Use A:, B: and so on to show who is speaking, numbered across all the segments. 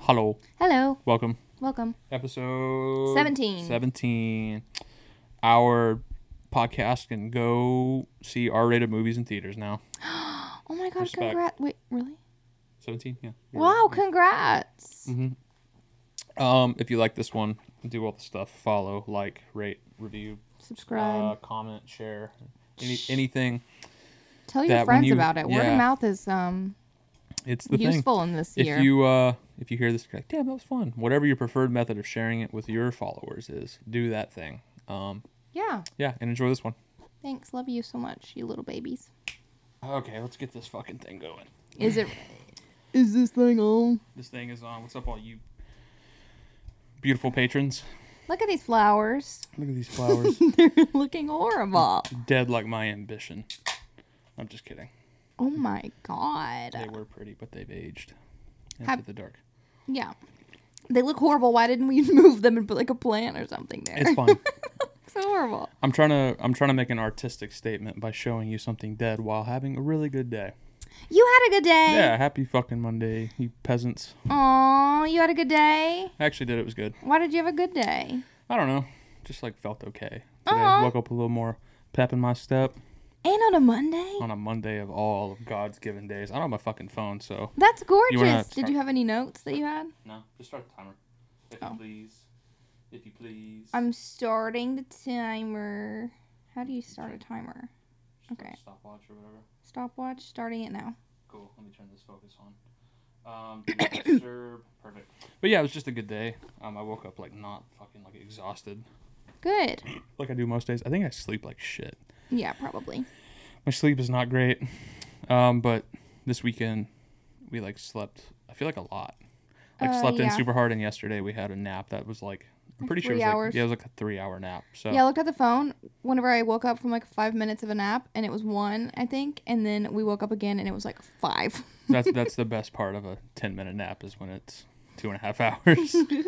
A: Hello,
B: Hello,
A: welcome.
B: welcome.
A: Episode
B: 17.
A: 17. Our podcast can go see R rated movies in theaters now.
B: Oh my god,
A: Respect.
B: congrats. Wait, really?
A: 17, yeah.
B: Wow, congrats.
A: Um, if you like this one, do all the stuff. Follow, like, rate, review, uh,
B: Subscribe.
A: comment, share, any, anything.
B: Tell
A: Uh, that
B: your
A: when
B: friends
A: you-
B: about it. Word
A: yeah.
B: of mouth is um
A: It's the thing.
B: useful in this year.
A: If you uh, if you hear this, you're like, damn, that was fun. Whatever your preferred method of sharing it with your followers is, do that thing. Um,
B: yeah.
A: yeah, and enjoy this one.
B: Thanks. Love you so much, you little babies.
A: Okay, let's get this fucking thing going.
B: Is it Is this thing on?
A: This thing is on. What's up, all you beautiful patrons?
B: Look at these flowers.
A: Look at these flowers.
B: They're looking horrible.
A: Dead like my ambition. I'm just kidding.
B: Oh my god.
A: They were pretty, but they've aged into
B: Have-
A: the dark.
B: Yeah. They look horrible. Why didn't we move them and put like a plant or something there?
A: It's fine.
B: It's horrible.
A: I'm trying to I'm trying to make an artistic statement by showing you something dead while having a really good day.
B: You had a good day.
A: Yeah, happy fucking Monday, you peasants.
B: Aw, you had a good day.
A: I actually did it was good.
B: Why did you have a good day?
A: I don't know. Just like felt okay. Today,
B: Aw.
A: woke up a little more pep in my step
B: And on a Monday?
A: on a Monday of all of God's given days. I don't have my fucking phone, so
B: That's gorgeous.
A: wanna start-
B: Did you have any notes that you had?
A: No, just start the timer. If
B: Oh.
A: you please. If you please.
B: I'm starting the timer. How do you start a timer?
A: Just
B: okay.
A: Stopwatch or whatever.
B: Stopwatch, starting it now.
A: Cool. Let me turn this focus on. Um, do not disturb. Perfect. But yeah, it was just a good day. Um, I woke up like not fucking like exhausted,
B: Good.
A: like I do most days. I think I sleep like shit.
B: Yeah, probably.
A: My sleep is not great. Um, but this weekend we like slept. I feel like a lot. Like
B: Uh,
A: slept in
B: yeah.
A: super hard, and yesterday we had a nap that was like I'm
B: Like
A: pretty sure it
B: three
A: was like
B: hours.
A: yeah, it was like a three hour nap. So
B: Yeah, I looked at the phone whenever I woke up from like five minutes of a nap, and it was one, I think. And then we woke up again, and it was like five.
A: that's that's the best part of a 10 minute nap is when it's two and a half hours but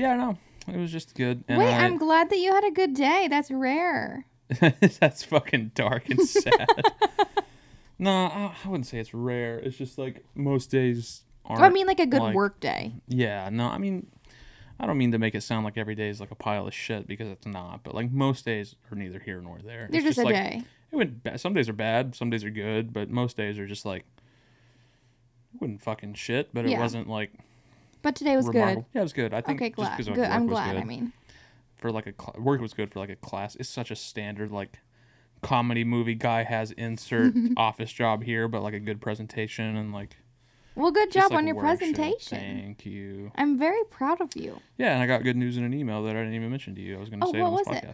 A: yeah no it was just good and
B: Wait,
A: I,
B: I'm glad that you had a good day. That's rare.
A: that's fucking dark and sad no I, I wouldn't say it's rare it's just like most days aren't
B: I mean, like a good
A: like-
B: work day.
A: yeah no i mean i don't mean to make it sound like every day is like a pile of shit because it's not but like most days are neither here nor there
B: They're
A: it's
B: just, a
A: like
B: day.
A: it went ba- some days are bad some days are good but most days are just like it wasn't fucking shit but it
B: Yeah.
A: wasn't like
B: But today was
A: remarkable. Yeah, it was good. I
B: good.
A: think
B: Okay,
A: just
B: glad.
A: 'cause, like,
B: Good.
A: work
B: I'm
A: was
B: glad.
A: good
B: I mean,
A: for like a cl- work was good for like a class. It's such a standard like comedy movie guy has insert office job here, but like a good presentation and like
B: well, good
A: just,
B: job
A: like,
B: on your
A: work shit.
B: presentation.
A: Thank you.
B: I'm very proud of you.
A: Yeah, and I got good news in an email that I didn't even mention to you. I was going to
B: Oh,
A: say it on this
B: what was it?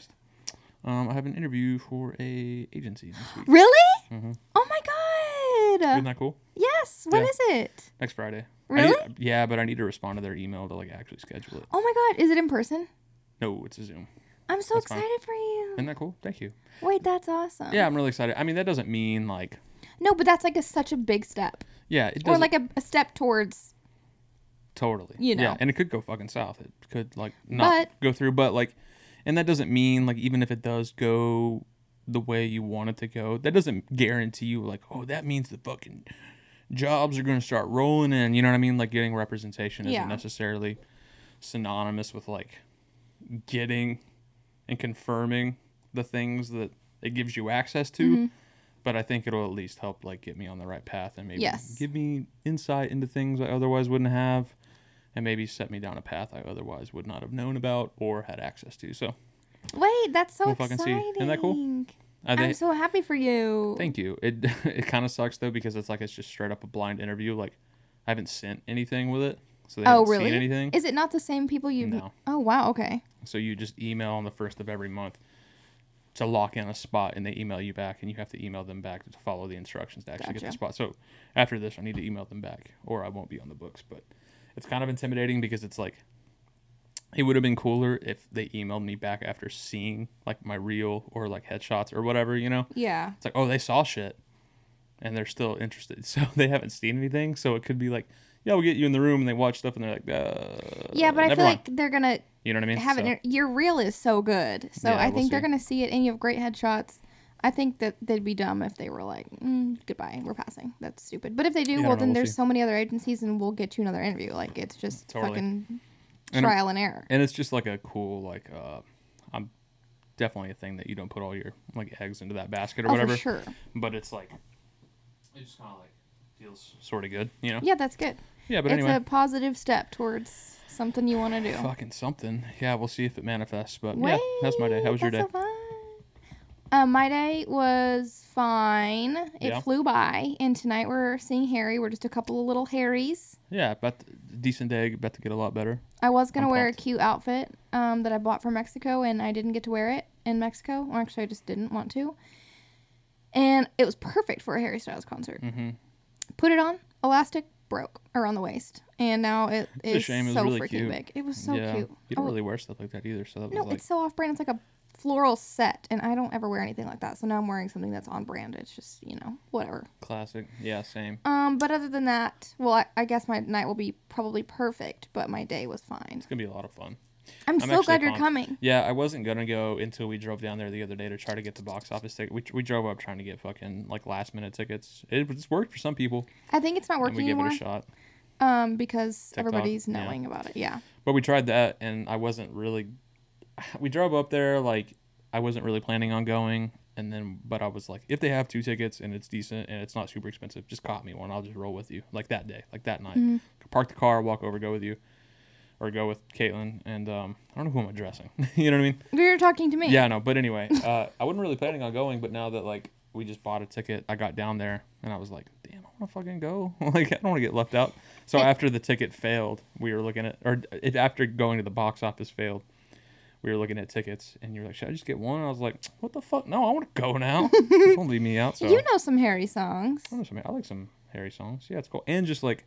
A: podcast. Um, I have an interview for a agency this week.
B: Really?
A: Mhm.
B: Oh my
A: Isn't
B: god!
A: that cool?
B: Yes. When
A: Yeah.
B: is it?
A: Next Friday. I need-
B: Really?
A: yeah, but I need to respond to their email to like actually schedule it.
B: Oh my god! Is it in person?
A: No, it's a Zoom.
B: I'm so
A: That's fine.
B: excited for you.
A: Isn't that cool? Thank you.
B: Wait, that's awesome.
A: Yeah, I'm really excited. I mean, that doesn't mean like
B: No, but that's like a, such a big step,
A: yeah, it
B: or
A: doesn't
B: like a, a step towards.
A: Totally.
B: You
A: Yeah,
B: know.
A: and it could go fucking south. It could like not
B: But-
A: go through, but like, and that doesn't mean like even if it does go the way you want it to go, that doesn't guarantee you like oh that means the fucking jobs are gonna start rolling in. You know what I mean? Like getting representation
B: Yeah.
A: isn't necessarily synonymous with like getting and confirming the things that it gives you access to.
B: Mm-hmm.
A: But I think it'll at least help like get me on the right path and maybe
B: Yes.
A: give me insight into things I otherwise wouldn't have and maybe set me down a path I otherwise would not have known about or had access to. So
B: Wait, that's so
A: We'll fucking see.
B: exciting.
A: Isn't that cool? I
B: I'm
A: think
B: so happy for you.
A: thank you. It it kind of sucks though because it's like it's just straight up a blind interview. Like I haven't sent anything with it, so they
B: oh,
A: haven't
B: really?
A: seen anything.
B: Is it not the same people you?
A: No.
B: Oh wow. Okay.
A: so you just email on the first of every month to lock in a spot, and they email you back, and you have to email them back to follow the instructions to actually get the
B: Gotcha.
A: spot. So after this, I need to email them back, or I won't be on the books. But it's kind of intimidating because it's like it would have been cooler if they emailed me back after seeing like my reel or like headshots or whatever, you know.
B: Yeah.
A: It's like, oh, they saw shit and they're still interested. So they haven't seen anything. So it could be like, yeah, we'll get you in the room and they watch stuff and they're like, uh,
B: Yeah, but I
A: never
B: feel
A: mind.
B: like they're gonna
A: you know what I mean?
B: have
A: So-
B: it. Your reel is so good, so
A: Yeah,
B: I
A: we'll
B: think they're
A: see.
B: gonna see it, and you have great headshots. I think that they'd be dumb if they were like, mm, goodbye, we're passing. That's stupid. But if they do,
A: Yeah, I
B: well,
A: don't know.
B: then
A: We'll
B: there's
A: see.
B: so many other agencies, and we'll get you another interview. Like it's just
A: Totally.
B: fucking
A: And-
B: trial and error.
A: and it's just like a cool like uh i'm definitely a thing that you don't put all your like eggs into that basket or
B: Oh,
A: whatever
B: for sure.
A: but it's like it just kind of like feels sort of good you know
B: Yeah, that's good.
A: Yeah, but
B: it's
A: anyway
B: a positive step towards something you want to do.
A: fucking something yeah we'll see if it manifests but yeah that's my day how was your
B: Wait,
A: day
B: that's so fun. Um, my day was fine. It
A: Yeah.
B: flew by, and tonight we're seeing Harry. We're just a couple of little Harrys.
A: yeah about to, decent day about to get a lot better
B: I was gonna
A: I'm
B: wear a
A: pumped.
B: cute outfit um, that I bought from Mexico, and I didn't get to wear it in Mexico. Or actually, I just didn't want to. And it was perfect for a Harry Styles concert.
A: mm-hmm.
B: Put it on, elastic broke around the waist, and now it
A: It's a
B: is
A: shame, it was
B: so
A: really
B: freaking
A: cute.
B: big. It was so
A: yeah
B: cute.
A: you
B: I
A: don't
B: wa-
A: really wear stuff like that either so that
B: no,
A: was like
B: it's so off brand. It's like a floral set, and I don't ever wear anything like that. So now I'm wearing something that's on brand. It's just you know whatever.
A: classic yeah same
B: Um, but other than that, well, I, I guess my night will be probably perfect, but my day was fine.
A: it's gonna be a lot of fun I'm
B: I'm, so glad
A: actually
B: you're
A: pumped.
B: coming.
A: Yeah, I wasn't gonna go until we drove down there the other day to try to get the box office ticket. We, we drove up trying to get fucking like last minute tickets. It just worked for some people,
B: I think it's not
A: and
B: working
A: we gave
B: anymore.
A: it a shot.
B: um because
A: TikTok,
B: everybody's
A: yeah.
B: knowing about it yeah
A: But we tried that, and I wasn't really. We drove up there like I wasn't really planning on going, and then but I was like, if they have two tickets and it's decent and it's not super expensive, just cop me one. I'll just roll with you like that day, like that night. Park the car, walk over, go with you, or go with Caitlin, and um, I don't know who I'm addressing. you know what I mean?
B: you're talking to me
A: Yeah, no, but anyway, uh, I wasn't really planning on going, but now that like we just bought a ticket, I got down there and I was like, damn, I want to fucking go. like, I don't want to get left out. So after the ticket failed, we were looking at, or it, after going to the box office failed, we were looking at tickets, and you were like, should I just get one? And I was like, what the fuck? No, I want to go now. don't leave me out. So
B: you know some harry songs
A: I, don't know, Oh, some- I like some Harry songs. Yeah, it's cool. And just like,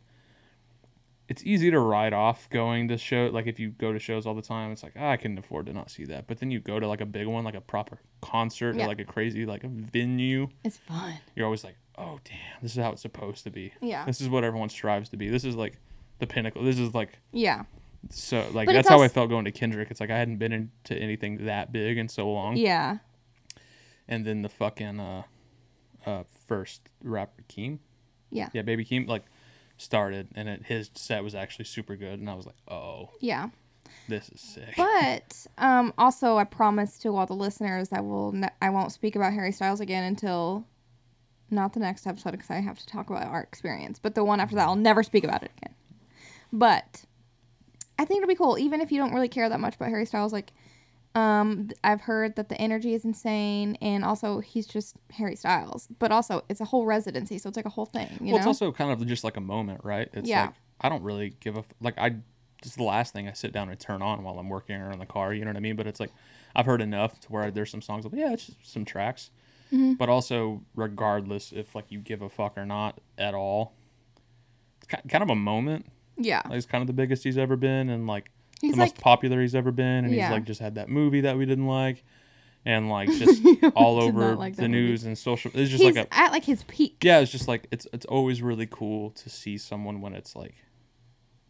A: it's easy to write off going to show. Like if you go to shows all the time, it's like ah, I can afford to not see that. But then you go to like a big one, like a proper concert
B: Yeah.
A: or like a crazy like venue.
B: it's fun
A: You're always like, oh damn, this is how it's supposed to be.
B: Yeah.
A: This is what everyone strives to be. This is like the pinnacle. This is like
B: yeah
A: so like
B: But it's
A: that's how I
B: als-
A: felt going to Kendrick. It's like I hadn't been into anything that big in so long.
B: yeah
A: And then the fucking uh, uh first rapper Keem.
B: yeah yeah,
A: Yeah, Baby Keem like started, and it, his set was actually super good, and I was like, oh, this is sick.
B: but um also i promise to all the listeners i will ne- i won't speak about harry styles again until not the next episode because i have to talk about our experience but the one after that i'll never speak about it again but i think it'll be cool even if you don't really care that much about harry styles like Um, th- I've heard that the energy is insane, and also he's just Harry Styles. But also, it's a whole residency, so it's like a whole thing. You
A: well, it's
B: know?
A: also kind of just like a moment, right? It's
B: Yeah.
A: like I don't really give a f- like I. It's the last thing I sit down and turn on while I'm working or in the car. You know what I mean? But it's like I've heard enough to where there's some songs. Like, yeah, it's just some tracks.
B: Mm-hmm.
A: But also, regardless if like you give a fuck or not at all, it's ki- kind of a moment.
B: yeah,
A: Like, he's kind of the biggest he's ever been, and like
B: He's
A: the
B: like-
A: most popular he's ever been, and
B: Yeah.
A: he's like just had that movie that we didn't like, and like just all
B: did
A: over
B: not like
A: the
B: that movie.
A: news and social. It's just
B: he's
A: like a
B: at like his peak.
A: yeah, it's just like it's it's always really cool to see someone when it's like,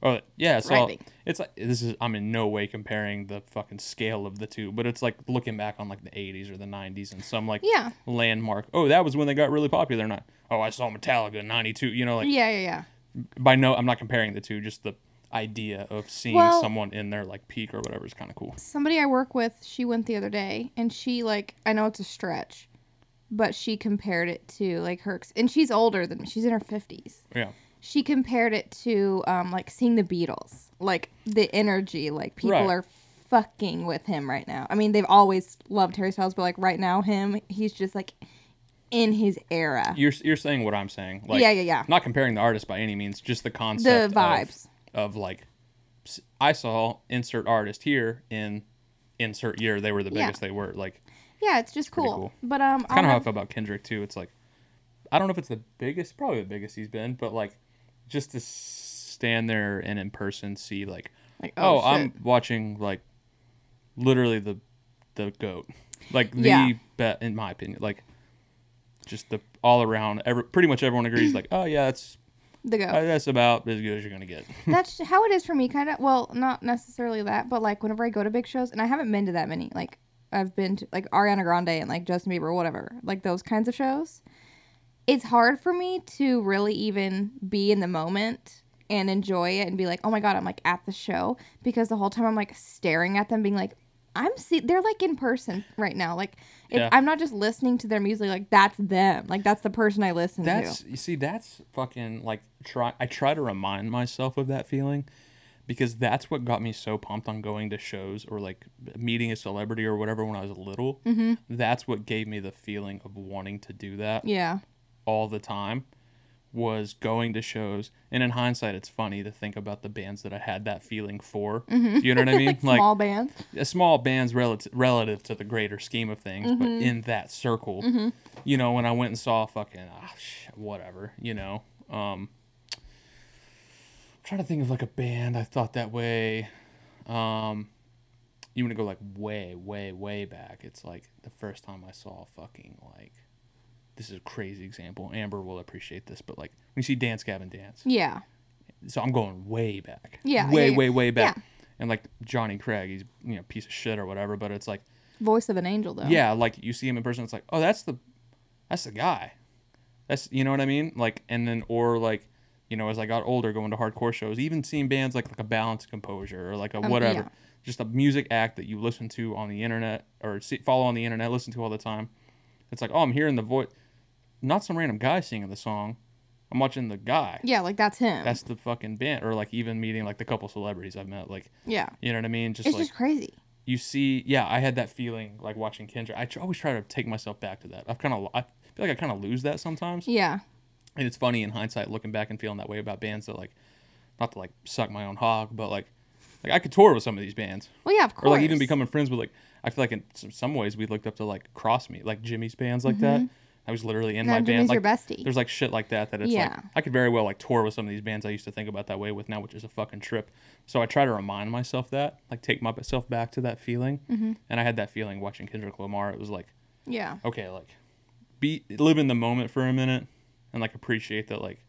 A: oh yeah, so
B: Thriving.
A: it's like this is I'm in no way comparing the fucking scale of the two, but it's like looking back on like the 80s or the 90s and some like
B: Yeah.
A: landmark. Oh, that was when they got really popular. Not oh, I saw Metallica in '92. You know, like
B: Yeah, yeah, yeah.
A: by no i'm not comparing the two just the idea of seeing
B: Well-
A: someone in their like peak or whatever is kind of cool
B: Somebody I work with, she went the other day, and she like I know it's a stretch, but she compared it to like her, ex- and she's older than me. She's in her fifties.
A: yeah
B: She compared it to um like seeing the Beatles, like the energy, like people
A: Right.
B: are fucking with him right now. I mean, they've always loved Harry Styles, but like right now, him, he's just like in his era.
A: you're you're saying what i'm saying
B: Yeah, yeah, yeah.
A: not comparing the artist by any means just the concept
B: vibes.
A: of, of like s- i saw insert artist here in insert year they were the
B: Yeah.
A: biggest they were like
B: Yeah, it's just cool.
A: cool.
B: But um,
A: kind of how
B: I'll
A: i feel about kendrick too it's like i don't know if it's the biggest probably the biggest he's been but like just to s- stand there and in person see like
B: Like,
A: oh,
B: oh,
A: I'm watching like literally the the goat, like the
B: Yeah.
A: bet in my opinion, like just the all around. Every, pretty much everyone agrees, like oh yeah, that's
B: the go.
A: uh, that's about as good as you're gonna get.
B: That's how it is for me, kind of. Well, not necessarily that, but like whenever I go to big shows, and I haven't been to that many, like I've been to, like Ariana Grande and like Justin Bieber, whatever, like those kinds of shows. It's hard for me to really even be in the moment and enjoy it and be like, oh my god, I'm like at the show because the whole time I'm like staring at them, being like, I'm see, they're like in person right now. Like, it,
A: Yeah.
B: I'm not just listening to their music. Like that's them. Like that's the person I listen to.
A: That's you see, that's fucking like try. I try to remind myself of that feeling because that's what got me so pumped on going to shows or like meeting a celebrity or whatever when I was little. Mm-hmm. That's what gave me the feeling of wanting to do that
B: Yeah.
A: all the time was going to shows and in hindsight it's funny to think about the bands that i had that feeling for you know what i mean like,
B: Mm-hmm. Small bands.
A: a small band's relative relative to the greater scheme of things, but in that circle, you know, when I went and saw fucking ah, sh- whatever, you know, um, I'm trying to think of like a band I thought that way. Um, you want to go like way, way, way back? It's like the first time I saw fucking like. This is a crazy example. Amber will appreciate this, but like when you see Dance Gavin Dance,
B: Yeah.
A: so I'm going way back.
B: Yeah,
A: Way,
B: yeah, yeah.
A: way, way back.
B: Yeah.
A: And like Johnny Craig, he's you know a piece of shit or whatever, but it's like
B: Voice of an angel though.
A: yeah, like you see him in person, it's like oh that's the that's the guy. That's you know what I mean? Like and then or like you know as I got older, going to hardcore shows, even seeing bands like like a Balance Composure or like a whatever,
B: Um, yeah.
A: just a music act that you listen to on the internet or see, follow on the internet, listen to all the time. It's like oh I'm hearing the voice, not some random guy singing the song. I'm watching the guy
B: Yeah. Like that's him.
A: that's the fucking band or like even meeting like the couple celebrities i've met like
B: yeah.
A: you know what i mean just
B: It's
A: like
B: just crazy.
A: you see yeah i had that feeling like watching kendra i tr- always try to take myself back to that i've kind of i feel like i kind of lose that sometimes
B: Yeah.
A: and it's funny in hindsight looking back and feeling that way about bands that like not to like suck my own hog but like like i could tour with some of these bands
B: Well, yeah, of course.
A: or like even becoming friends with like i feel like in some, some ways we looked up to like cross me like jimmy's bands like that i was literally in
B: Mm-hmm. No,
A: my band
B: Jimmy's
A: like
B: your bestie.
A: there's like shit like that that it's
B: Yeah.
A: like i could very well like tour with some of these bands i used to think about that way with now which is a fucking trip so i try to remind myself that like take myself back to that feeling and i had that feeling watching kendrick lamar it was like
B: Yeah.
A: okay like be live in the moment for a minute and like appreciate that like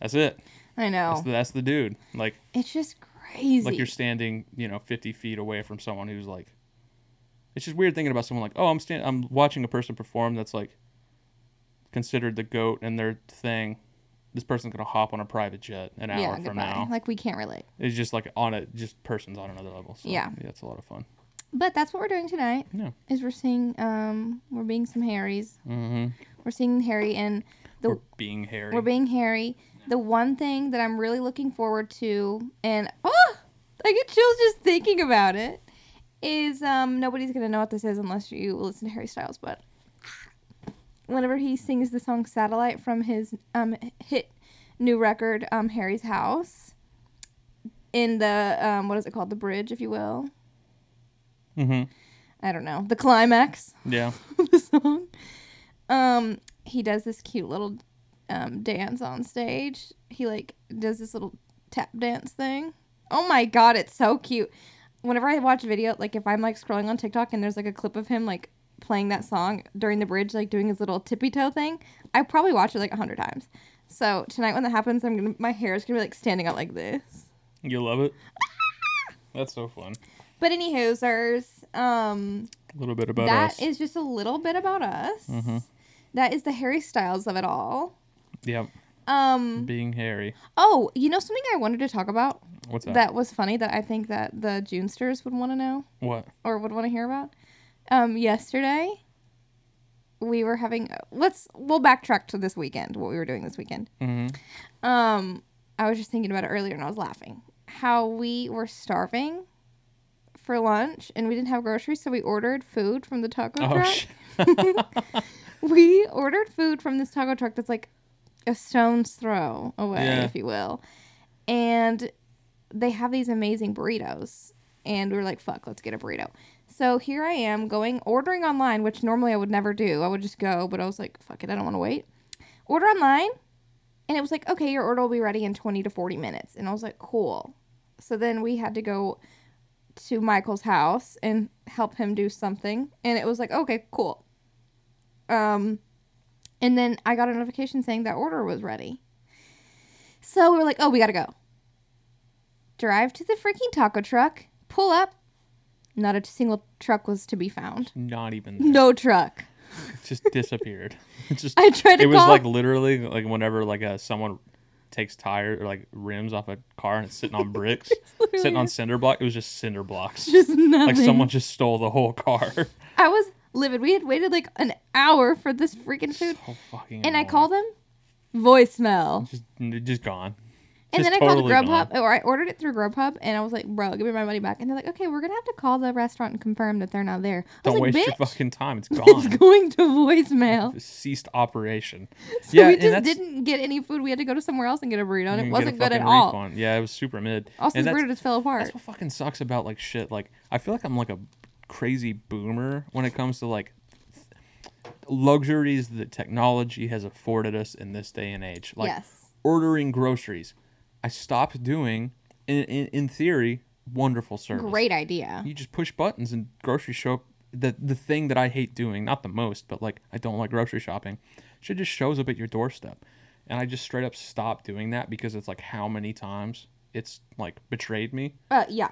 A: that's it
B: I know.
A: that's, the, that's the dude like
B: it's just crazy.
A: like you're standing, you know, 50 feet away from someone who's like, it's just weird thinking about someone like, oh, I'm stand, I'm watching a person perform that's like considered the goat and their thing. This person's gonna hop on a private jet an hour
B: yeah,
A: from
B: goodbye.
A: now.
B: Like we can't relate.
A: it's just like on a just person's on another level. So,
B: Yeah.
A: yeah, it's a lot of fun.
B: But that's what we're doing tonight.
A: Yeah,
B: Is we're seeing um we're being some Harrys.
A: mm-hmm.
B: We're seeing Harry and the
A: we're being hairy.
B: we're being Harry. The one thing that I'm really looking forward to and oh I get chills just thinking about it is um nobody's gonna know what this is unless you listen to Harry Styles, but whenever he sings the song Satellite from his um hit new record, um Harry's House in the um what is it called? The bridge, if you will.
A: mm-hmm.
B: I don't know, the climax
A: Yeah,
B: of the song. Um, he does this cute little um, dance on stage. He like does this little tap dance thing. Oh my god, it's so cute. Whenever I watch a video, like if I'm like scrolling on TikTok and there's like a clip of him like playing that song during the bridge, like doing his little tippy toe thing, I probably watch it like a hundred times. So tonight when that happens, I'm gonna my hair is gonna be like standing out like this.
A: you love it. that's so fun.
B: But anywhoozers, um,
A: A little bit about
B: That
A: us. Mm-hmm.
B: is just a little bit about us. That is the Harry Styles of it all.
A: yeah,
B: Um.
A: being hairy.
B: Oh, you know something I wanted to talk about
A: What's that?
B: that was funny that I think that the Junesters would want to know
A: What?
B: or would want to hear about. Um. Yesterday, we were having. Let's. We'll backtrack to this weekend. What we were doing this weekend.
A: Mm-hmm.
B: Um. I was just thinking about it earlier and I was laughing. How we were starving for lunch and we didn't have groceries, so we ordered food from the taco
A: Oh,
B: truck.
A: sh-
B: we ordered food from this taco truck that's like a stone's throw away,
A: Yeah.
B: if you will. And they have these amazing burritos. And we were like, fuck, let's get a burrito. So here I am going, ordering online, which normally I would never do. I would just go, but I was like, fuck it, I don't want to wait. Order online. And it was like, okay, your order will be ready in 20 to 40 minutes. And I was like, cool. So then we had to go to Michael's house and help him do something. And it was like, okay, cool. Um, and then I got a notification saying that order was ready. So we were like, oh, we gotta go. Drive to the freaking taco truck, pull up, Not a single truck was to be found.
A: Not even that.
B: No truck.
A: It just disappeared. It just
B: I tried to
A: it was
B: call-
A: like literally like whenever like uh, someone takes tire or like rims off a car and it's sitting on bricks,
B: literally
A: sitting on
B: just-
A: cinder block. It was just cinder blocks.
B: Just nothing.
A: Like someone just stole the whole car.
B: I was livid. We had waited like an hour for this freaking food,
A: so fucking.
B: and I
A: annoying.
B: called them voicemail.
A: Just, just gone.
B: And
A: Just
B: then I called
A: totally
B: Grubhub,
A: gone.
B: or I ordered it through Grubhub, and I was like, "Bro, give me my money back." And they're like, "Okay, we're gonna have to call the restaurant and confirm that they're not there." I
A: Don't
B: was
A: waste
B: like,
A: your
B: "Bitch,
A: fucking time. It's
B: it's
A: gone.
B: going to voicemail."
A: Ceased operation.
B: So we
A: and
B: just
A: that's-
B: didn't get any food. We had to go to somewhere else and get a burrito,
A: you
B: and
A: can get
B: it
A: a
B: wasn't good at
A: fucking
B: all.
A: refund. Yeah, it was super mid.
B: Also,
A: And
B: the
A: that's-
B: burrito just fell apart.
A: That's what fucking sucks about like shit. Like I feel like I'm like a crazy boomer when it comes to like luxuries that technology has afforded us in this day and age. Like
B: Yes.
A: ordering groceries, I stopped doing. In, in, in theory, wonderful service.
B: Great idea.
A: You just push buttons and groceries show up. The the thing that I hate doing, not the most, but like I don't like grocery shopping, shit just shows up at your doorstep. And I just straight up stopped doing that because it's like how many times it's like betrayed me
B: Uh, yeah,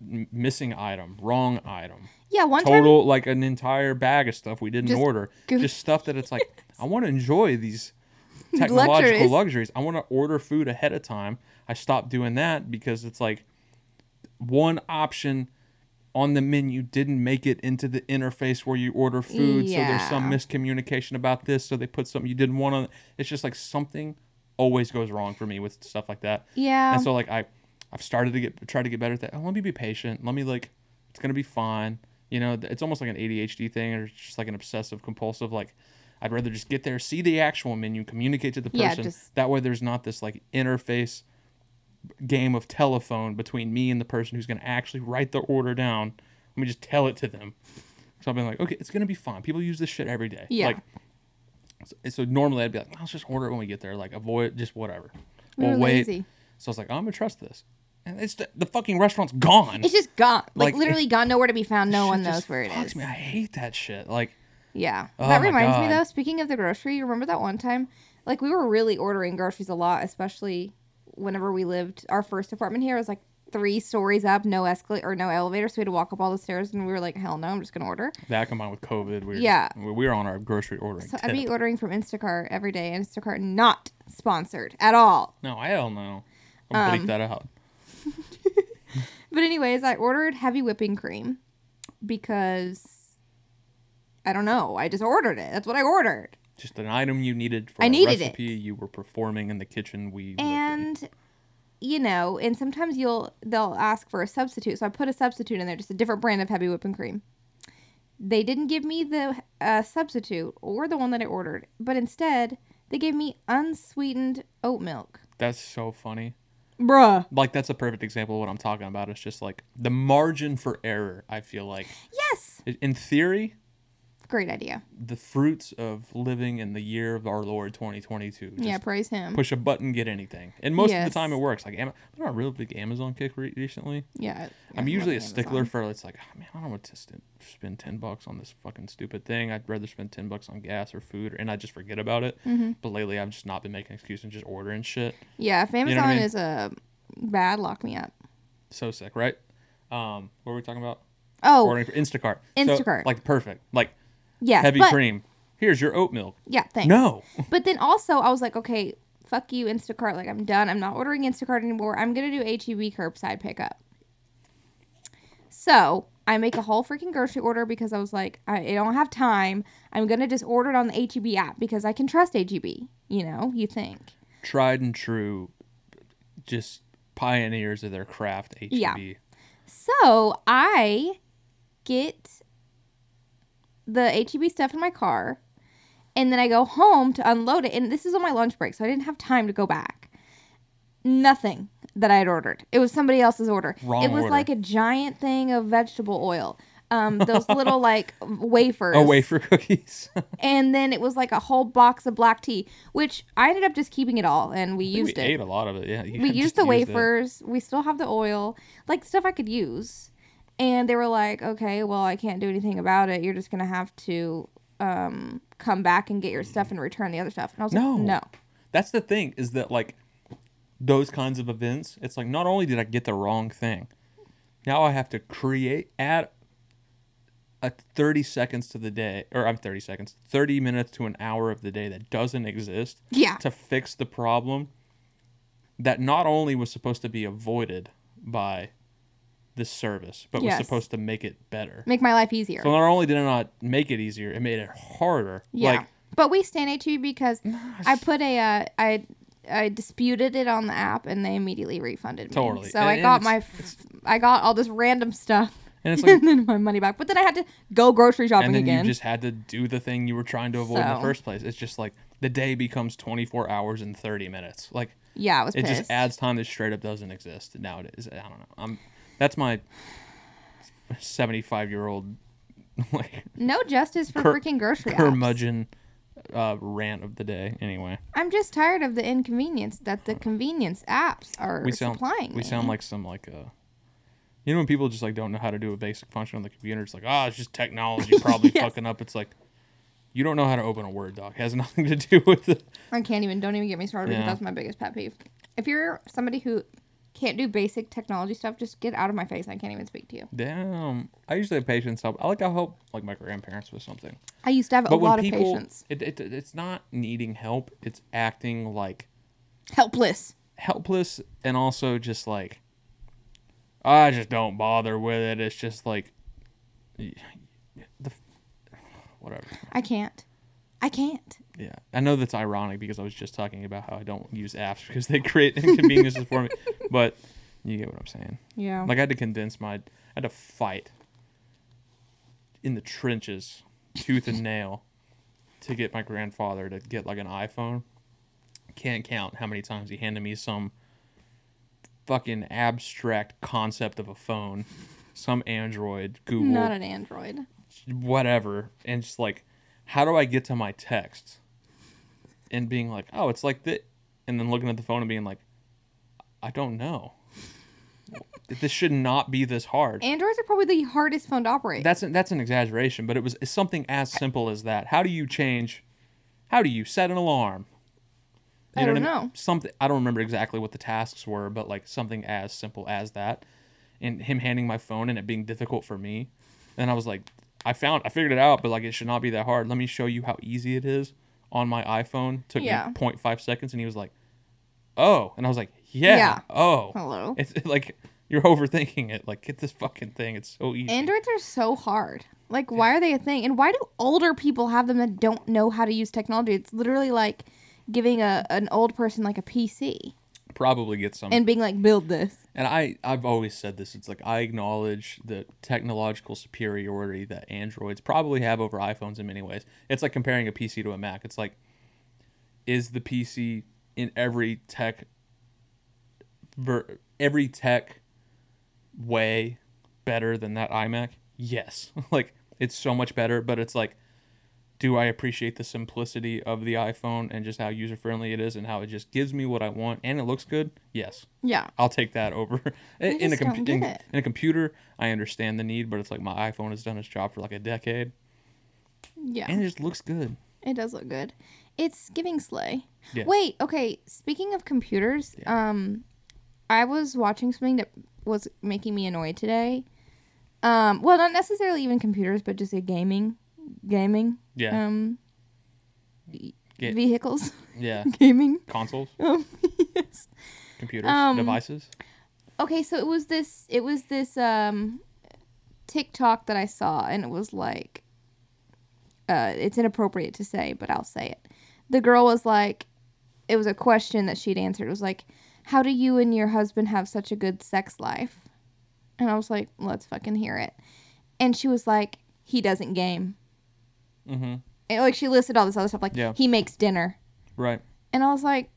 A: m- missing item, wrong item,
B: yeah. One time,
A: total like an entire bag of stuff we didn't
B: Just
A: order,
B: go-
A: just stuff that it's like I want to enjoy these technological
B: Luxuries.
A: luxuries. I want to order food ahead of time. I stopped doing that because it's like one option on the menu didn't make it into the interface where you order food, so there's some
B: Yeah.
A: miscommunication about this, so they put something you didn't want on. It's just like something always goes wrong for me with stuff like that.
B: yeah.
A: And so like I, I've started to get try to get better at that. Oh, let me be patient. Let me like, it's gonna be fine. You know, th- it's almost like an ADHD thing or just like an obsessive compulsive like. I'd rather just get there, see the actual menu, communicate to the
B: Yeah,
A: person.
B: just-
A: That way, there's not this like interface game of telephone between me and the person who's gonna actually write the order down. Let me just tell it to them. So I've been like, okay, it's gonna be fine. People use this shit every day.
B: Yeah.
A: Like, so, so normally I'd be like, let's just order it when we get there. Like avoid just whatever.
B: We
A: We'll
B: were
A: wait.
B: lazy.
A: So I was like, I'm gonna trust this. And it's the, the fucking restaurant's gone.
B: it's just gone. Like,
A: Like,
B: literally gone. Nowhere to be found. No
A: Shit
B: one knows
A: just
B: where it
A: fucks
B: is.
A: Me. I hate that shit. Like
B: Yeah.
A: Oh
B: that
A: my
B: reminds me
A: God.
B: though, speaking of the grocery, you remember that one time? Like we were really ordering groceries a lot, especially whenever we lived our first apartment here was like three stories up, no escalator or no elevator, so we had to walk up all the stairs and we were like, Hell no, I'm just gonna order.
A: that combined with COVID, we
B: Yeah.
A: we we were on our grocery ordering.
B: So
A: tip.
B: I'd be ordering from Instacart every day, and Instacart not sponsored at all.
A: no, I don't know. I'll
B: um,
A: bleep that out.
B: But anyways, I ordered heavy whipping cream because I don't know. I just ordered it. That's what I ordered.
A: Just an item you needed for
B: I
A: a
B: needed it.
A: recipe you were performing in the kitchen. We lived in.
B: and you know and sometimes you'll they'll ask for a substitute so i put a substitute in there just a different brand of heavy whipping cream they didn't give me the uh, substitute or the one that i ordered but instead they gave me unsweetened oat milk
A: that's so funny.
B: bruh
A: Like that's a perfect example of what I'm talking about. It's just like the margin for error. I feel like
B: yes
A: I- in theory,
B: great idea
A: the fruits of living in the year of our Lord 2022. Just
B: yeah praise him
A: push a button, get anything. And most of
B: Yes.
A: the time it works. Like, Am- I'm on a real big Amazon kick re- recently.
B: yeah
A: I'm
B: yeah,
A: usually a
B: Amazon.
A: stickler for it's like, oh, man, I don't want to st- spend 10 bucks on this fucking stupid thing. I'd rather spend 10 bucks on gas or food, and I just forget about it.
B: Mm-hmm.
A: But lately, I've just not been making excuses and just ordering shit.
B: yeah if amazon
A: know what I mean?
B: is a bad lock me up
A: So sick, right? Um, what were we talking about?
B: oh
A: Ordering for Instacart. So,
B: Instacart.
A: like, perfect. Like,
B: yes
A: heavy
B: but,
A: cream. Here's your oat milk.
B: yeah thanks
A: No.
B: But then also, I was like, okay, fuck you, Instacart. Like, I'm done. I'm not ordering Instacart anymore. I'm going to do HEB curbside pickup. So I make a whole freaking grocery order because I was like, I, I don't have time. I'm going to just order it on the HEB app because I can trust HEB. You know, you think.
A: Tried and true, just pioneers of their craft, E HEB.
B: Yeah. So I get the HEB stuff in my car, and then I go home to unload it. And this is on my lunch break, so I didn't have time to go back. Nothing that I had ordered. It was somebody else's order.
A: Wrong
B: it was
A: order.
B: like a giant thing of vegetable oil. Um, those little like wafers.
A: Oh, wafer cookies.
B: And then it was like a whole box of black tea, which I ended up just keeping it all, and
A: we
B: we used it
A: ate a lot of it. Yeah,
B: we used the
A: wafer.
B: wafers. We still have the oil, like stuff I could use. And they were like, okay, well, I can't do anything about it. You're just gonna have to um, come back and get your stuff and return the other stuff. And I was
A: No.
B: like, no,
A: That's the thing is that like those kinds of events, it's like not only did I get the wrong thing, Now I have to create add a 30 seconds to the day or I'm 30 seconds, 30 minutes to an hour of the day that doesn't exist
B: Yeah.
A: to fix the problem that not only was supposed to be avoided by this service, but
B: Yes.
A: was supposed to make it better.
B: Make my life easier.
A: So not only did it not make it easier, it made it harder.
B: Yeah.
A: Like
B: but we stand at you because I put a uh, I I disputed it on the app and they immediately refunded me.
A: Totally.
B: So
A: And-
B: I
A: and
B: got
A: it's-
B: my f- I got all this random stuff
A: and it's like
B: and then my money back. But then I had to go grocery shopping
A: and then
B: again.
A: you just had to do the thing you were trying to avoid in the
B: So-
A: first place. It's just like the day becomes 24 hours and 30 minutes. Like
B: yeah, I was
A: it
B: pissed.
A: just adds time that straight up doesn't exist nowadays. I don't know. I'm that's my 75 year old like
B: no justice for
A: Cur-
B: freaking grocery apps.
A: curmudgeon uh, rant of the day. Anyway,
B: I'm just tired of the inconvenience that the convenience apps are
A: we sound
B: supplying.
A: we
B: me.
A: sound like some like uh, you know when people just like don't know how to do a basic function on the computer. It's like ah, it's just technology probably
B: Yes.
A: fucking up. It's like you don't know how to open a Word doc. It has nothing to do with it.
B: I can't even. Don't even get me started.
A: Yeah.
B: because That's my biggest pet peeve. If you're somebody who can't do basic technology stuff, just get out of my face. I can't even speak to you.
A: Damn, I usually have patients help. I like I help like my grandparents with something.
B: I used to have a
A: but when
B: lot of
A: people,
B: patience.
A: it, it, it's not needing help. It's acting like
B: Helpless.
A: helpless and also just like I just don't bother with it. It's just like y- y- the f- whatever.
B: I can't. I can't.
A: Yeah, I know that's ironic because I was just talking about how I don't use apps because they create inconveniences for me. But you get what I'm saying.
B: Yeah.
A: Like I had to convince my, I had to fight in the trenches, tooth and nail, to get my grandfather to get like an iPhone. Can't count how many times he handed me some fucking abstract concept of a phone, some Android, Google,
B: Not an Android.
A: whatever, and just like, how do I get to my text? And being like, oh, it's like that, and then looking at the phone and being like, I don't know. this should not be this hard.
B: Androids are probably the hardest phone to operate.
A: That's an, that's an exaggeration, but it was it's something as simple as that. How do you change? How do you set an alarm?
B: I
A: what
B: don't
A: I
B: know.
A: Something I don't remember exactly what the tasks were, but like something as simple as that, and him handing my phone and it being difficult for me, and I was like, I found I figured it out, but like it should not be that hard. Let me show you how easy it is on my iPhone. Took
B: Yeah.
A: me 0.5 seconds, and he was like, "Oh," and I was like, "Yeah,
B: Yeah.
A: oh."
B: Hello.
A: It's like you're overthinking it. Like get this fucking thing. It's so easy.
B: Androids are so hard. Like, why are they a thing? And why do older people have them that don't know how to use technology? It's literally like giving a an old person like a PC
A: Probably get some
B: and being like, build this.
A: And I, I've always said this. It's like I acknowledge the technological superiority that Androids probably have over iPhones in many ways. It's like comparing a PC to a Mac. It's like, is the PC in every tech, ver, every tech way better than that iMac? Yes. like it's so much better, but it's like, do I appreciate the simplicity of the iPhone and just how user friendly it is and how it just gives me what I want and it looks good? Yes.
B: Yeah.
A: I'll take that over in, in a
B: just don't
A: compu-
B: get
A: in,
B: it.
A: in a computer. I understand the need, but it's like my iPhone has done its job for like a decade,
B: Yeah.
A: and it just looks good.
B: It does look good. It's giving sleigh.
A: Yeah.
B: Wait, okay. Speaking of computers, um, I was watching something that was making me annoyed today. Um, well, not necessarily even computers, but just a gaming, gaming,
A: Yeah,
B: um,
A: Ga-
B: vehicles,
A: yeah.
B: gaming.
A: Consoles,
B: Um, yes.
A: computers,
B: Um,
A: devices.
B: Okay, so it was this. It was this um, TikTok that I saw, and it was like, uh, it's inappropriate to say, but I'll say it. The girl was like, it was a question that she'd answered. It was like, how do you and your husband have such a good sex life? And I was like, let's fucking hear it. And she was like, he doesn't game.
A: Mm-hmm.
B: And, like she listed all this other stuff, like
A: Yeah.
B: he makes dinner.
A: Right.
B: And I was like,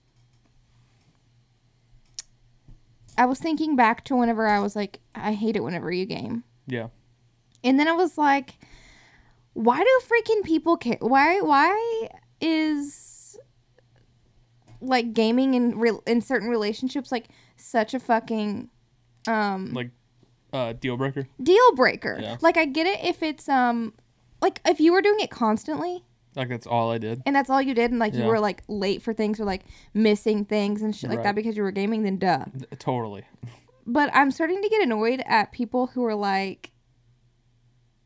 B: I was thinking back to whenever I was like, I hate it whenever you game.
A: Yeah.
B: And then I was like, why do freaking people care? Why, why is like gaming in, re- in certain relationships like such a fucking um
A: Like uh, deal breaker.
B: deal breaker
A: Yeah.
B: like i get it if it's um like if you were doing it constantly
A: Like that's all I did.
B: and that's all you did and like you
A: Yeah.
B: were like late for things or like missing things and shit like
A: Right.
B: that because you were gaming then duh
A: Th- Totally.
B: but I'm starting to get annoyed at people who are like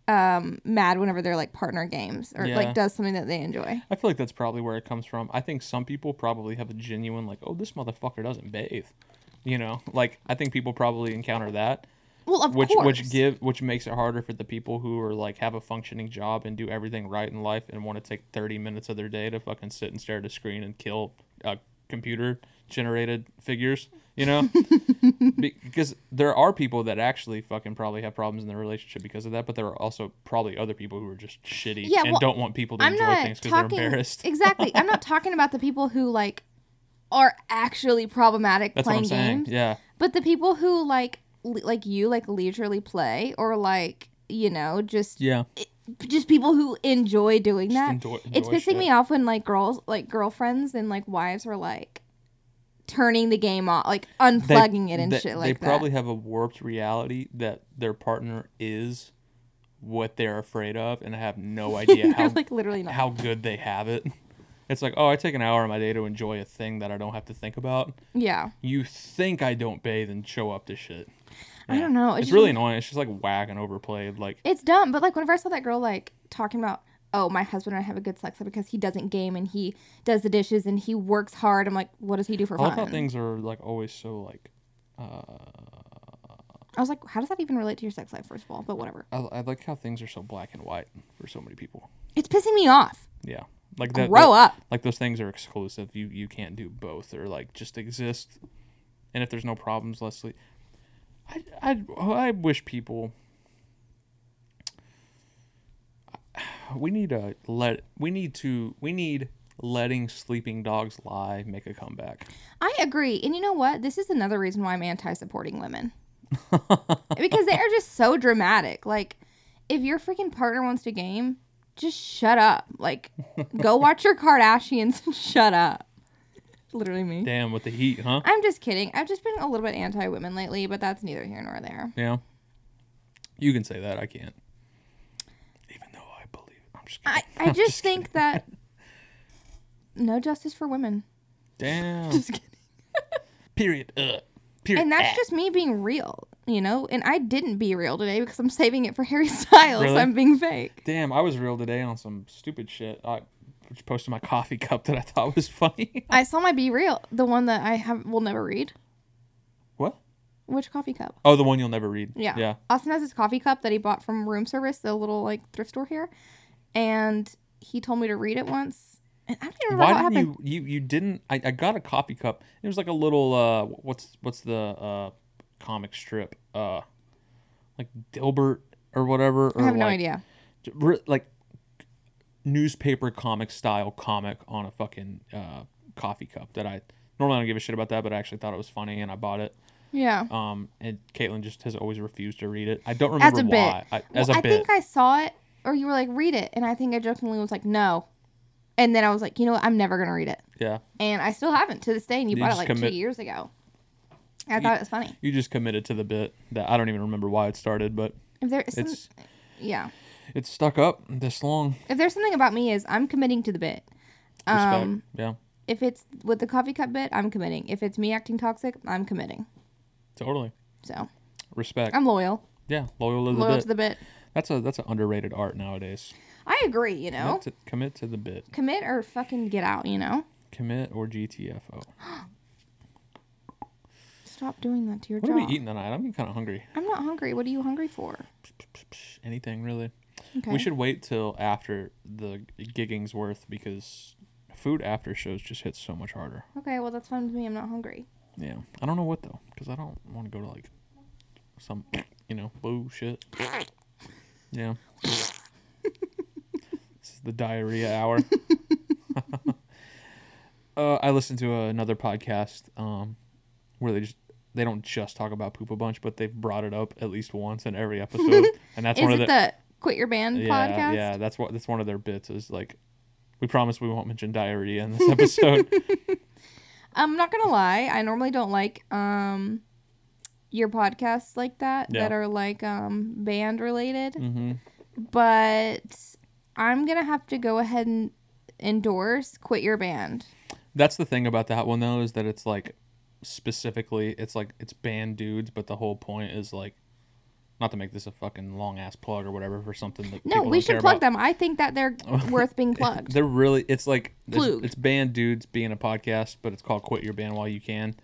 B: um mad whenever they're like partner games or
A: Yeah.
B: like does something that they enjoy.
A: I feel like that's probably where it comes from. I think some people probably have a genuine like, oh, this motherfucker doesn't bathe. You know, like I think people probably encounter that,
B: Well, of
A: which
B: course.
A: which give which makes it harder for the people who are like have a functioning job and do everything right in life and want to take thirty minutes of their day to fucking sit and stare at a screen and kill uh, computer generated figures. You know, because there are people that actually fucking probably have problems in their relationship because of that, but there are also probably other people who are just shitty
B: Yeah,
A: and
B: well,
A: don't want people to
B: I'm
A: enjoy
B: not
A: things because they're
B: talking
A: embarrassed.
B: exactly. I'm not talking about the people who like are actually problematic
A: That's what
B: playing
A: I'm saying.
B: games,
A: Yeah.
B: but the people who like le- like you like leisurely play or like you know just
A: Yeah.
B: just people who enjoy doing that.
A: enjoy-
B: it's
A: enjoy
B: pissing
A: shit.
B: me off when like girls, like girlfriends and like wives are like turning the game off, like unplugging it and
A: they,
B: shit
A: They
B: like
A: probably have a warped reality that their partner is what they're afraid of and have no idea
B: that.
A: how
B: They're like literally not.
A: how good they have it. It's like, oh, I take an hour of my day to enjoy a thing that I don't have to think about.
B: yeah,
A: You think I don't bathe and show up to shit.
B: I don't know.
A: It's,
B: just-
A: really annoying. It's just like whack and overplayed. Like,
B: it's dumb. But like whenever I saw that girl like talking about, oh, my husband and I have a good sex life because he doesn't game and he does the dishes and he works hard. I'm like, what does he do for
A: I love how
B: fun?
A: things are like always so like.
B: I was like, how does that even relate to your sex life? First of all, but whatever.
A: I, I like how things are so black and white for so many people.
B: It's pissing me off.
A: Yeah, like that.
B: Grow
A: that-
B: up.
A: Like those things are exclusive. You you can't do both or like just exist. And if there's no problems, Leslie, I I I wish people. We need a let. We need to. We need letting sleeping dogs lie make a comeback.
B: I agree. And you know what? This is another reason why I'm anti supporting women. because they are just so dramatic. Like, if your freaking partner wants to game, just shut up. Like, go watch your Kardashians and shut up. Literally me.
A: Damn with the heat, huh?
B: I'm just kidding. I've just been a little bit anti women lately, but that's neither here nor there.
A: Yeah. You can say that. I can't. Even though I believe. I'm just kidding.
B: I, I just, think that no justice for women.
A: Damn.
B: Just kidding.
A: period. Ugh. Period.
B: And that's
A: Ah.
B: just me being real, you know? And I didn't be real today because I'm saving it for Harry Styles.
A: Really?
B: I'm being fake.
A: Damn, I was real today on some stupid shit. I just posted my coffee cup that I thought was funny.
B: I saw my Be Real, the one that I have will never read.
A: what?
B: Which coffee cup?
A: Oh, the one you'll never read.
B: Yeah.
A: Yeah.
B: Austin has his coffee cup that he bought from room service, the little like thrift store here. And he told me to read it once. And I don't even remember
A: Why
B: what
A: didn't
B: happened.
A: you, you? You didn't. I, I got a coffee cup. It was like a little. uh What's what's the uh comic strip? Uh, like Dilbert or whatever. Or
B: I have no
A: like-
B: idea.
A: j- re- like newspaper comic style comic on a fucking uh, coffee cup that I normally don't give a shit about that, but I actually thought it was funny and I bought it.
B: Yeah.
A: Um, and Caitlin just has always refused to read it. I don't
B: As
A: remember
B: a bit.
A: why. I, as
B: Well,
A: a
B: I
A: bit,
B: think I saw it or you were like, read it. And I think I jokingly was like, no. And then I was like, you know what? I'm never going to read it.
A: yeah.
B: And I still haven't to this day. And you,
A: You
B: bought it
A: just
B: like
A: commit-
B: two years ago. I thought it was funny.
A: You just committed to the bit that I don't even remember why it started, but
B: If there is some,
A: it's
B: yeah.
A: it's stuck up this long.
B: If there's something about me is I'm committing to the bit.
A: Respect.
B: Um,
A: yeah,
B: If it's with the coffee cup bit, I'm committing. If it's me acting toxic, I'm committing.
A: totally
B: So
A: respect.
B: I'm loyal,
A: yeah, loyal to the
B: um, loyal
A: bit.
B: to the bit.
A: That's a that's an underrated art nowadays.
B: I agree. You know,
A: Commit to, commit to the bit.
B: commit or fucking get out. You know,
A: Commit or GTFO.
B: stop doing that to your
A: What are
B: jaw.
A: we eating tonight? I'm kind of hungry.
B: I'm not hungry. What are you hungry for?
A: Anything really.
B: Okay.
A: We should wait till after the gigging's worth because food after shows just hit so much harder.
B: Okay. Well, that's fine with me. I'm not hungry.
A: Yeah. I don't know what though, because I don't want to go to like some, you know, bullshit. Yeah. this is the diarrhea hour. uh, I listened to another podcast um, where they just they don't just talk about poop a bunch, but they've brought it up at least once in every episode, and that's
B: is
A: one
B: it
A: of the,
B: the Quit Your Band
A: yeah
B: podcast?
A: yeah that's what that's one of their bits is like. We promise we won't mention diarrhea in this episode.
B: I'm not gonna lie. I normally don't like um your podcasts like that
A: Yeah.
B: that are like um band related.
A: hmm
B: but I'm gonna have to go ahead and endorse quit your band.
A: That's the thing about that one though is that it's like specifically it's like it's banned dudes, but the whole point is like not to make this a fucking long ass plug or whatever for something that
B: No,
A: people
B: we
A: don't
B: should
A: care
B: plug
A: about.
B: them. I think that they're worth being plugged.
A: They're really it's like there's-
B: Plug.
A: it's banned dudes being a podcast, but it's called Quit Your Band While You Can.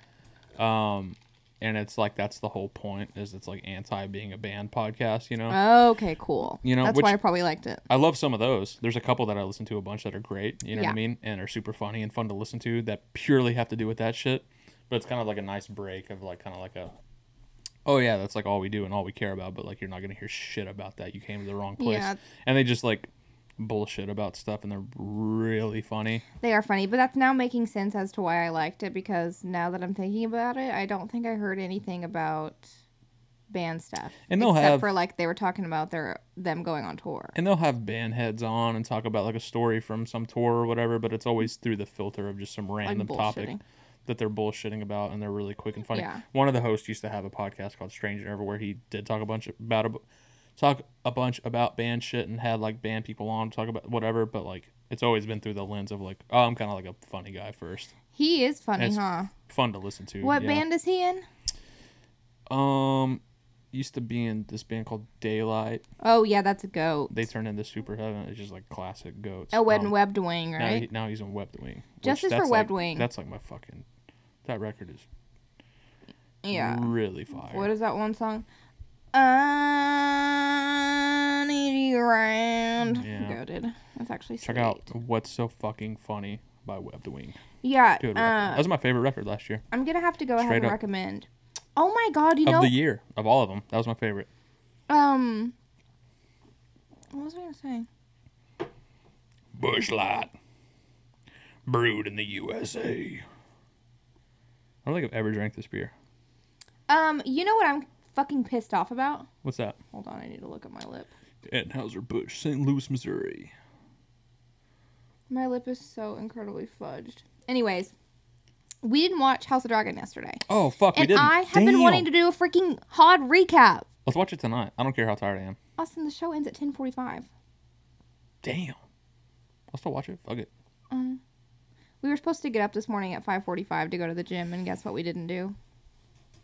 A: Um and it's like that's the whole point is it's like anti being a band podcast, you know.
B: okay, cool.
A: You know,
B: that's
A: which-
B: why I probably liked it.
A: I love some of those. There's a couple that I listen to a bunch that are great, you know what
B: Yeah.
A: I mean, and are super funny and fun to listen to that purely have to do with that shit. But it's kind of like a nice break of like kind of like a, oh yeah, that's like all we do and all we care about. But like you're not gonna hear shit about that. You came to the wrong place,
B: Yeah.
A: and they just like bullshit about stuff, and they're really funny.
B: They are funny, but that's now making sense as to why I liked it because now that I'm thinking about it, I don't think I heard anything about band stuff.
A: And they'll
B: except
A: have-
B: for like they were talking about their them going on tour.
A: And they'll have band heads on and talk about like a story from some tour or whatever, but it's always through the filter of just some random topic
B: bullshitting.
A: that they're bullshitting about and they're really quick and funny.
B: Yeah.
A: One of the hosts used to have a podcast called Stranger Ever where he did talk a bunch about a, bu- talk a bunch about band shit and had like band people on talk about whatever, but like it's always been through the lens of like, oh, I'm kind of like a funny guy first.
B: He is
A: And
B: funny,
A: it's
B: huh?
A: fun to listen to.
B: What
A: yeah.
B: band is he in?
A: Um, used to be in this band called Daylight.
B: Oh yeah, that's a goat.
A: They turned into Super Heaven. It's just like classic goats.
B: oh, Wed
A: Um,
B: and Webbed Wing, right?
A: Now, he, now he's on Webbed Wing. which
B: Justice for
A: that's like-
B: Webbed Wing.
A: That's like my fucking. That record is
B: yeah.
A: really Mm, fire.
B: What is that one song? I need you around.
A: Yeah.
B: Goated. That's actually
A: Check
B: sweet.
A: out What's So Fucking Funny by Webbed Wing.
B: Yeah.
A: Good record. that
B: Uh,
A: was my favorite record last year
B: I'm gonna have to go ahead
A: Straight
B: and
A: up.
B: recommend. Oh my god, you
A: of
B: know
A: the year of all of them. That was my favorite.
B: um what was I gonna say?
A: Bushlight, brewed in the USA. I don't think I've ever drank this beer.
B: Um, you know what I'm fucking pissed off about?
A: What's that?
B: Hold on, I need to look at my lip.
A: Anheuser Busch, St. Louis, Missouri.
B: My lip is so incredibly fudged. Anyways, we didn't watch House of Dragon yesterday.
A: Oh fuck, we
B: And
A: didn't.
B: I have been wanting to do a freaking hard recap.
A: Let's watch it tonight. I don't care how tired I am.
B: Austin, the show ends at ten forty five.
A: Damn. I'll still watch it. Fuck it.
B: We were supposed to get up this morning at 5:45 to go to the gym, and guess what we didn't do?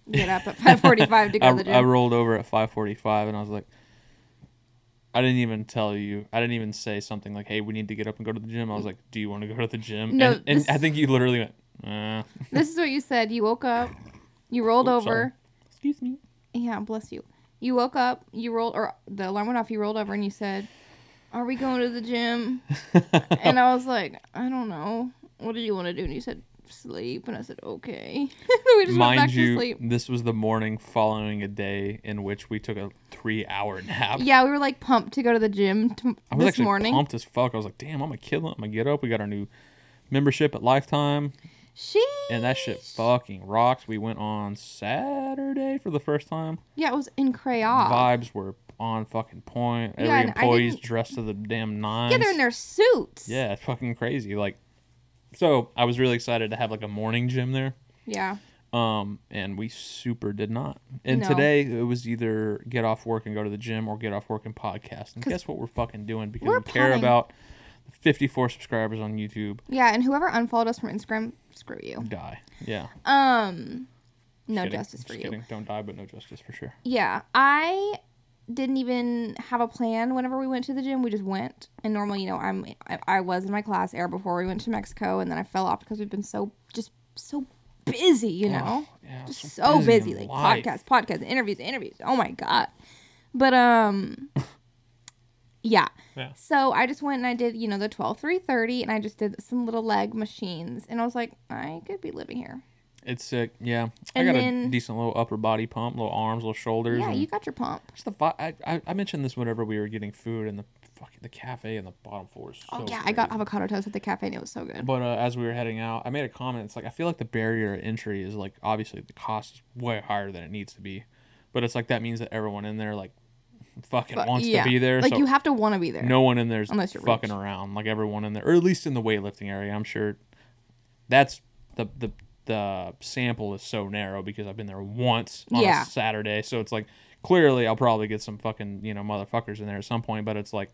B: Get up at 5:45 to go
A: I,
B: to the
A: I
B: gym.
A: rolled over at 5:45 and I was like I didn't even tell you. I didn't even say something like, "Hey, we need to get up and go to the gym." I was like, "Do you want to go to the gym?"
B: No,
A: and, and
B: this-
A: I think you literally went, uh,
B: this is what you said. You woke up, you rolled
A: Oh,
B: over.
A: "Excuse me."
B: Yeah, bless you. You woke up, you rolled, or the alarm went off. You rolled over, and you said, "Are we going to the gym?" and I was like, "I don't know. What do you want to do?" And you said, "Sleep." And I said, "Okay." we just went
A: Mind
B: back to
A: you,
B: sleep.
A: this was the morning following a day in which we took a 3-hour nap.
B: Yeah, we were like pumped to go to the gym t-
A: I was
B: this
A: actually
B: morning.
A: pumped as fuck. I was like, "Damn, I'm gonna kill it. I'm gonna get up. We got our new membership at Lifetime."
B: She
A: And that shit fucking rocks. We went on Saturday for the first time.
B: yeah, it was in Crayola.
A: vibes were on fucking point.
B: Yeah,
A: Every
B: and I
A: employee's
B: didn't-
A: dressed to the damn nines.
B: Yeah, they're in their suits.
A: Yeah, it's fucking crazy. Like, so I was really excited to have like a morning gym there.
B: Yeah.
A: Um, and we super did not. And
B: No.
A: today it was either get off work and go to the gym or get off work and podcast. And guess what we're fucking doing because
B: we're
A: we care
B: plowing.
A: about the 54 subscribers on YouTube.
B: Yeah, and whoever unfollowed us from Instagram, screw you.
A: Die. Yeah.
B: Um no
A: Kidding.
B: justice for
A: Just
B: you.
A: kidding. Don't die, but no justice for sure.
B: Yeah, I didn't even have a plan whenever we went to the gym. We just went. And normally, you know, I'm I, I was in my class air before we went to Mexico and then I fell off because we've been so just so busy, you know.
A: Yeah.
B: just so busy,
A: in
B: like
A: life.
B: podcasts, podcasts, interviews, interviews. Oh my god! But um, yeah.
A: Yeah.
B: So I just went and I did you know the twelve three thirty, and I just did some little leg machines, and I was like, I could be living here.
A: It's sick. Yeah,
B: And
A: I got a
B: then-
A: decent little upper body pump, little arms, little shoulders.
B: Yeah,
A: and
B: you got your pump.
A: just the vi- I, I I mentioned this whenever we were getting food in the fucking the cafe in the bottom floor. is
B: Oh
A: so
B: yeah, I got
A: crazy.
B: avocado toast at the cafe, and it was so good.
A: But uh, as we were heading out, I made a comment. It's like I feel like the barrier to entry is like obviously the cost is way higher than it needs to be, but it's like that means that everyone in there like fucking
B: But,
A: wants
B: yeah,
A: to be there.
B: Like
A: so
B: you have to want to be there.
A: no one in there's
B: Unless you're
A: fucking
B: rich.
A: around. Like everyone in there, or at least in the weightlifting area, I'm sure. That's the the the sample is so narrow because I've been there once on
B: Yeah.
A: a Saturday, so it's like clearly I'll probably get some fucking you know motherfuckers in there at some point. But it's like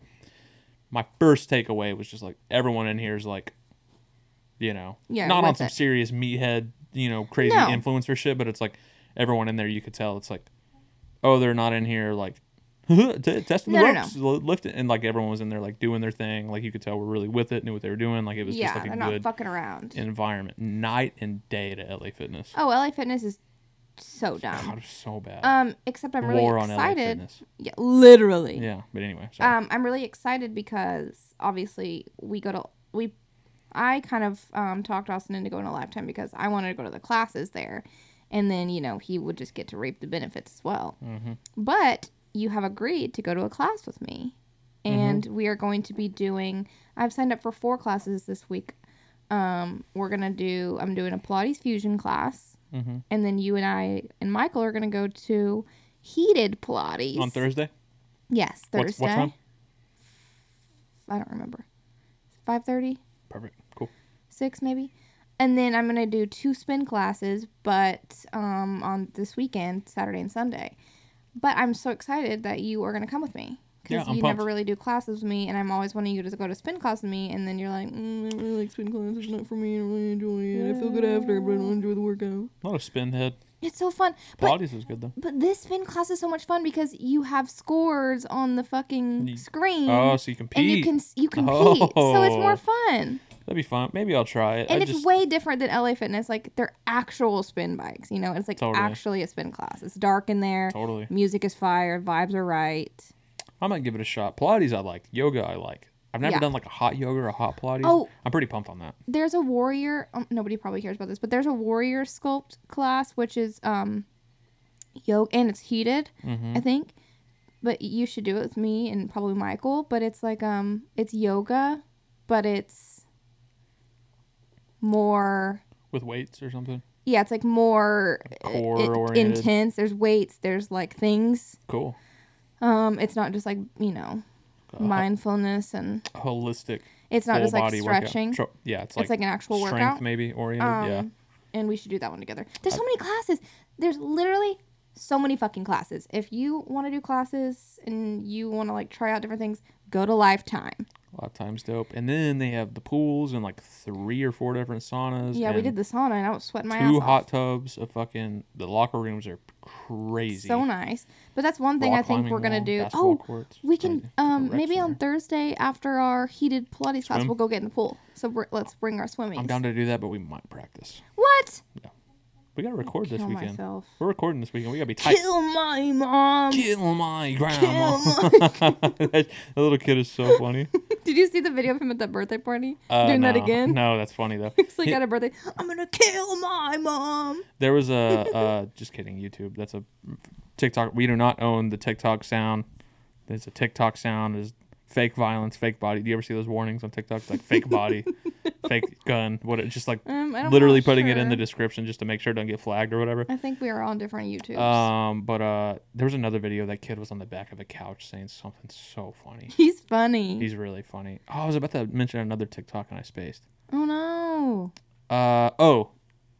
A: my first takeaway was just like everyone in here is like, you know,
B: Yeah,
A: not on
B: with
A: some
B: it.
A: serious meathead you know crazy
B: No.
A: influencer shit, but it's like everyone in there you could tell it's like, oh, they're not in here like t- testing the
B: No, no, no.
A: ropes, li- lift it, and like everyone was in there like doing their thing. Like you could tell we're really with it, knew what they were doing. Like it was
B: yeah,
A: just like
B: they're
A: a
B: not
A: good
B: fucking around.
A: environment, night and day to LA Fitness.
B: Oh, LA Fitness is so dumb.
A: God, it was so bad.
B: Um, except I'm really
A: War on LA
B: excited.
A: Fitness.
B: yeah, literally.
A: Yeah, but anyway, sorry.
B: Um, I'm really excited because obviously we go to we. I kind of um, talked Austin into going to Lifetime because I wanted to go to the classes there, and then you know he would just get to reap the benefits as well. But you have agreed to go to a class with me, and we are going to be doing. I've signed up for four classes this week. Um, we're gonna do. I'm doing a Pilates fusion class,
A: Mhm.
B: and then you and I and Michael are gonna go to heated Pilates
A: on Thursday,
B: Yes, Thursday.
A: What's, what time?
B: I don't remember. 5:30,
A: Perfect. Cool.
B: 6 maybe. And then I'm going to do two spin classes, but um on this weekend, Saturday and Sunday. But I'm so excited that you are going to come with me
A: Yeah,
B: because
A: I'm
B: you
A: pumped.
B: never really do classes with me, and I'm always wanting you to go to spin class with me, and then you're like, mm, I don't really like spin class. It's not for me. I don't really enjoy it. I feel good after, but I don't enjoy the workout.
A: Not a spin head.
B: It's so fun. But
A: Pilates is good though.
B: but this spin class is so much fun because you have scores on the fucking screen
A: Oh, so you compete.
B: and you can s- you compete, so it's
A: Oh.
B: more fun,
A: That'd be fun. Maybe I'll try it.
B: and
A: I
B: it's
A: just,
B: way different than LA Fitness. Like they're actual spin bikes, you know. It's like
A: Totally.
B: actually a spin class. It's dark in there.
A: Totally.
B: Music is fire. Vibes are right.
A: I might give it a shot. Pilates I like. Yoga I like. I've never
B: Yeah.
A: done like a hot yoga or a hot Pilates.
B: Oh.
A: I'm pretty pumped on that.
B: There's a warrior. Um, nobody probably cares about this, but there's a warrior sculpt class, which is um, yoga, and it's heated,
A: Mm-hmm.
B: I think. But you should do it with me and probably Michael. But it's like um, it's yoga, but it's more
A: With weights or something.
B: yeah, it's like more uh,
A: Core
B: in-
A: oriented.
B: intense. There's weights. There's like things.
A: Cool.
B: Um, it's not just like you know,
A: Uh,
B: mindfulness and
A: Holistic.
B: it's not
A: full
B: just like
A: body workout.
B: stretching.
A: Tro- yeah, it's like,
B: It's like an actual
A: strength
B: workout.
A: maybe oriented. yeah.
B: Um, And we should do that one together. There's
A: Uh,
B: so many classes. There's literally so many fucking classes. If you want to do classes and you want to like try out different things, go to Lifetime.
A: A lot of times dope. And then they have the pools and like three or four different saunas.
B: Yeah, we
A: and
B: did the sauna and I was sweating my ass
A: Two
B: off.
A: hot tubs of fucking. The locker rooms are crazy.
B: So nice. But that's one thing
A: Rock
B: I think
A: climbing
B: we're gonna
A: wall,
B: do.
A: basketball
B: Oh,
A: courts.
B: we
A: Crazy.
B: can
A: Get the
B: um
A: recs
B: maybe on
A: there.
B: Thursday after our heated Pilates class,
A: Swim?
B: we'll go get in the pool. So we're, let's bring our swimming.
A: I'm down to do that, but we might practice.
B: What?
A: We gotta record this
B: Kill
A: weekend.
B: myself.
A: We're recording this weekend. We gotta be tight.
B: Kill my mom.
A: Kill my grandma.
B: Kill
A: that, that little kid is so funny.
B: Did you see the video of him at that birthday party
A: Uh,
B: doing that
A: no.
B: again?
A: No, that's funny though.
B: It's like at a birthday. I'm gonna kill my mom.
A: There was a uh, just kidding. YouTube. That's a TikTok. We do not own the TikTok sound. There's a TikTok sound. Is fake violence, fake body. Do you ever see those warnings on TikTok? It's like fake body, fake gun. What? It, just like
B: Um, I'm not
A: literally putting it in the
B: sure.
A: description just to make sure it doesn't get flagged or whatever.
B: I think we are on different YouTubes.
A: Um, but uh, there was another video. That kid was on the back of a couch saying something so funny.
B: He's funny.
A: He's really funny. Oh, I was about to mention another TikTok and I spaced.
B: oh no.
A: Uh oh,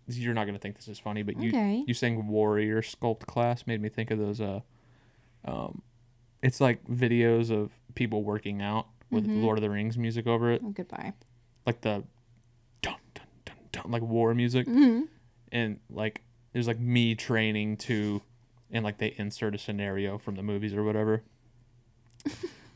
A: you're not gonna think this is funny, but you
B: Okay.
A: you saying warrior sculpt class made me think of those. Uh, um, it's like videos of people working out with Lord of the Rings music over it,
B: Oh, goodbye.
A: like the dun dun dun dun like war music,
B: Mm. Mm-hmm.
A: and like there's like me training to, and like they insert a scenario from the movies or whatever.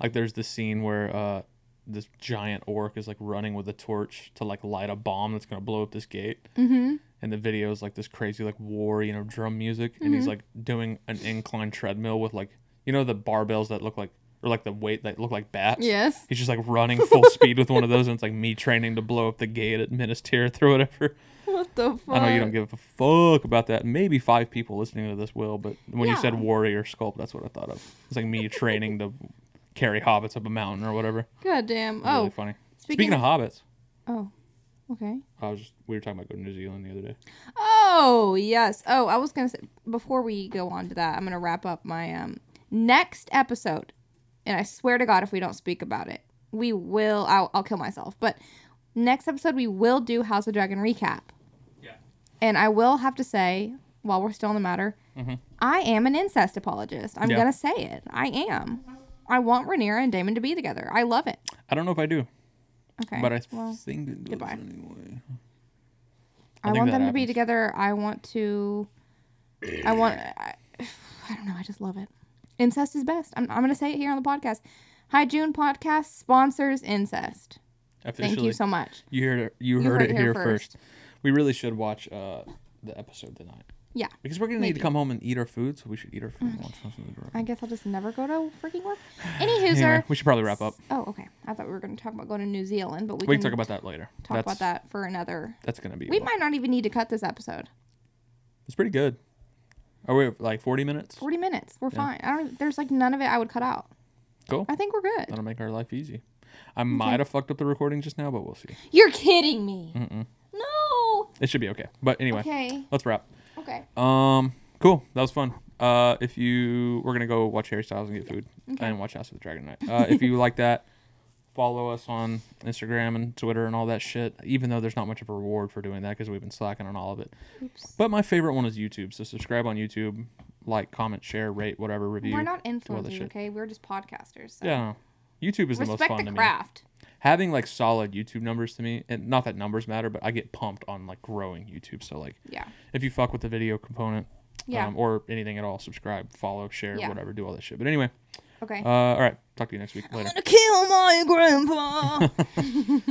A: like there's the scene where uh this giant orc is like running with a torch to like light a bomb that's gonna blow up this gate
B: Mm-hmm.
A: and the video is like this crazy like war you know drum music and
B: Mm-hmm.
A: he's like doing an incline treadmill with like you know the barbells that look like or like the weight that look like bats
B: Yes.
A: he's just like running full speed with one of those and it's like me training to blow up the gate at Minas Tirith or whatever
B: What the fuck?
A: I know you don't give a fuck about that maybe five people listening to this will but when you said
B: Yeah.
A: warrior sculpt that's what I thought of it's like me training to carry hobbits up a mountain or whatever
B: God damn.
A: It's
B: Oh.
A: really funny
B: speaking
A: speaking, of hobbits
B: Oh. Okay.
A: I was just we were talking about going to New Zealand the other day
B: Oh yes. Oh, I was gonna say before we go on to that, I'm gonna wrap up my um next episode, and I swear to God, if we don't speak about it, we will. I'll, I'll kill myself. But next episode, we will do House of Dragon recap.
A: Yeah.
B: And I will have to say, while we're still on the matter, I am an incest apologist. I'm
A: Mm-hmm. Yeah.
B: gonna say it. I am. I want Rhaenyra and Damon to be together. I love it.
A: I don't know if I do
B: Okay.
A: But I
B: well,
A: think it does
B: goodbye.
A: anyway. I
B: I,
A: think
B: want
A: that
B: them to be
A: happens.
B: together. I want to. I want. I, I don't know. I just love it. Incest is best. I'm, I'm going to say it here on the podcast. Hi June podcast sponsors incest.
A: Officially,
B: Thank you so much.
A: You heard it, you heard it here first. We really should watch uh, the episode tonight
B: Yeah.
A: because we're gonna need to
B: Maybe. Mm.
A: come home and eat our food. So we should eat our food. and watch something in the room.
B: I guess I'll just never go to freaking work. Anywho's
A: Anyway, we should probably wrap up.
B: Oh, okay. I thought we were going to talk about going to New Zealand, but we,
A: We
B: can
A: can talk about that later.
B: talk
A: that's,
B: about that for another.
A: That's gonna be.
B: We
A: a lot.
B: might not even need to cut this episode.
A: It's pretty good. Are we at, like forty minutes?
B: Forty minutes. We're fine. I don't. There's like none of it I would cut out.
A: Cool.
B: I think we're good.
A: That'll make our life easy. I might have fucked up the recording just now, but we'll see.
B: You're kidding me. No.
A: It should be okay. But anyway,
B: Okay.
A: let's wrap.
B: Okay.
A: Um, cool. That was fun. Uh, if you we're gonna go watch Harry Styles and get food and watch House of the Dragon Knight. Uh, if you like that, follow us on Instagram and Twitter and all that shit. Even though there's not much of a reward for doing that because we've been slacking on all of it. But my favorite one is YouTube. So subscribe on YouTube, like, comment, share, rate, whatever, review.
B: We're not
A: do all that
B: influencers,
A: shit.
B: okay? We're just podcasters. So.
A: Yeah. I don't know. YouTube is the most
B: Respect
A: fun
B: the
A: to me.
B: craft.
A: Having like solid YouTube numbers to me, and not that numbers matter, but I get pumped on like growing YouTube. So like,
B: Yeah.
A: if you fuck with the video component,
B: Yeah.
A: um, or anything at all, subscribe, follow, share,
B: Yeah.
A: whatever, do all that shit. But anyway,
B: Okay.
A: uh, all right, talk to you next week. Later.
B: I'm gonna kill my grandpa.